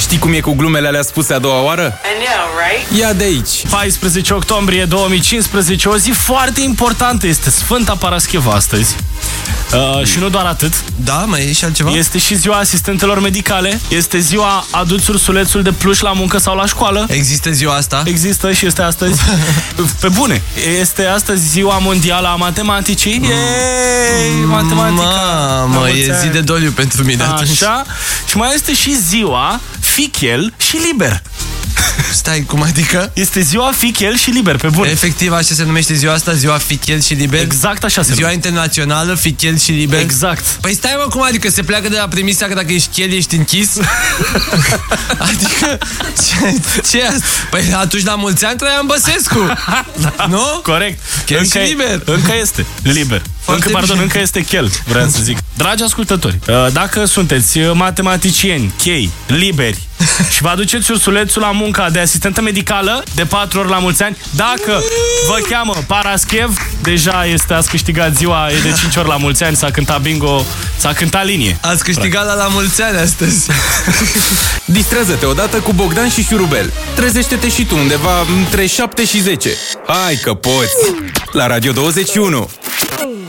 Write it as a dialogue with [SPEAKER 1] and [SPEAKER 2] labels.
[SPEAKER 1] Știi cum e cu glumele alea spuse a doua oară? Ia de aici!
[SPEAKER 2] 14 octombrie 2015, o zi foarte importantă, este Sfânta Parascheva astăzi. Uh, și nu doar atât,
[SPEAKER 3] Da, mai e și altceva?
[SPEAKER 2] este și ziua asistentelor medicale, este ziua aduți ursulețul de pluș la muncă sau la școală.
[SPEAKER 3] Există ziua asta?
[SPEAKER 2] Există și este astăzi Pe bune Este astăzi ziua mondială a matematicii
[SPEAKER 3] Mm.
[SPEAKER 2] Yay! Matematica
[SPEAKER 3] Mamă,
[SPEAKER 2] mulți
[SPEAKER 3] e zi
[SPEAKER 2] ani.
[SPEAKER 3] de doliu pentru mine atunci.
[SPEAKER 2] Așa Și mai este și ziua Fichel și liber
[SPEAKER 3] Stai, cum adică?
[SPEAKER 2] Este ziua Fichel și liber Pe bune
[SPEAKER 3] Efectiv, așa se numește ziua asta, ziua Fichel și Liber.
[SPEAKER 2] Exact așa se
[SPEAKER 3] Ziua
[SPEAKER 2] numește.
[SPEAKER 3] internațională, Fichel și Liber.
[SPEAKER 2] Exact
[SPEAKER 3] Păi stai mă, cum adică se pleacă de la premisa că dacă ești chel, ești închis? adică, ce, ce e asta? Păi atunci la mulți ani Traian Băsescu,
[SPEAKER 1] Da.
[SPEAKER 3] nu?
[SPEAKER 2] Da. Corect.
[SPEAKER 3] Chel și
[SPEAKER 2] e-
[SPEAKER 3] liber.
[SPEAKER 2] Încă este liber.
[SPEAKER 3] Foarte
[SPEAKER 2] încă, pardon,
[SPEAKER 3] bine.
[SPEAKER 2] încă este chel, vreau să zic. Dragi ascultători, uh, dacă sunteți uh, matematicieni, chei, liberi și vă aduceți ursulețul la munca de asistentă medicală de 4 ori la mulți ani, dacă vă cheamă Paraschev, deja este, ați câștigat ziua, e de 5 ori la mulți ani, s-a cântat bingo, s-a cântat linie.
[SPEAKER 3] Ați câștigat la la mulți ani astăzi.
[SPEAKER 1] Distrează-te odată cu Bogdan și Șurubel. Trezește-te și tu undeva între 7 și 10. Hai că poți! La Radio 21!